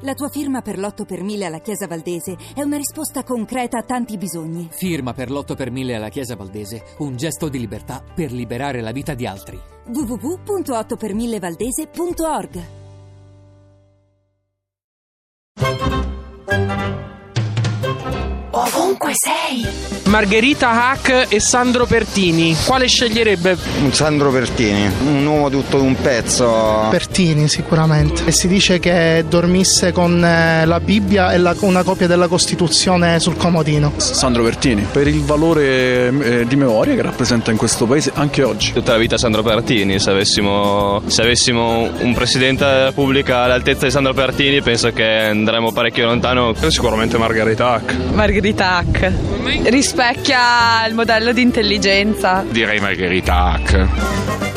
La tua firma per l'8 per 1000 alla Chiesa Valdese è una risposta concreta a tanti bisogni. Firma per l'8 per 1000 alla Chiesa Valdese, un gesto di libertà per liberare la vita di altri. www.8per1000valdese.org Ovunque sei. Margherita Hack e Sandro Pertini, quale sceglierebbe? Sandro Pertini, un uomo tutto d'un pezzo. Pertini sicuramente. E si dice che dormisse con eh, la Bibbia e la- una copia della Costituzione sul comodino. Sandro Pertini per il valore eh, di memoria che rappresenta in questo paese anche oggi. tutta la vita Sandro Pertini. Se avessimo, se avessimo un presidente della Repubblica all'altezza di Sandro Pertini, penso che andremmo parecchio lontano. Sicuramente Margherita Hack. Margherita Hack rispecchia il modello di intelligenza. Direi Margherita Hack.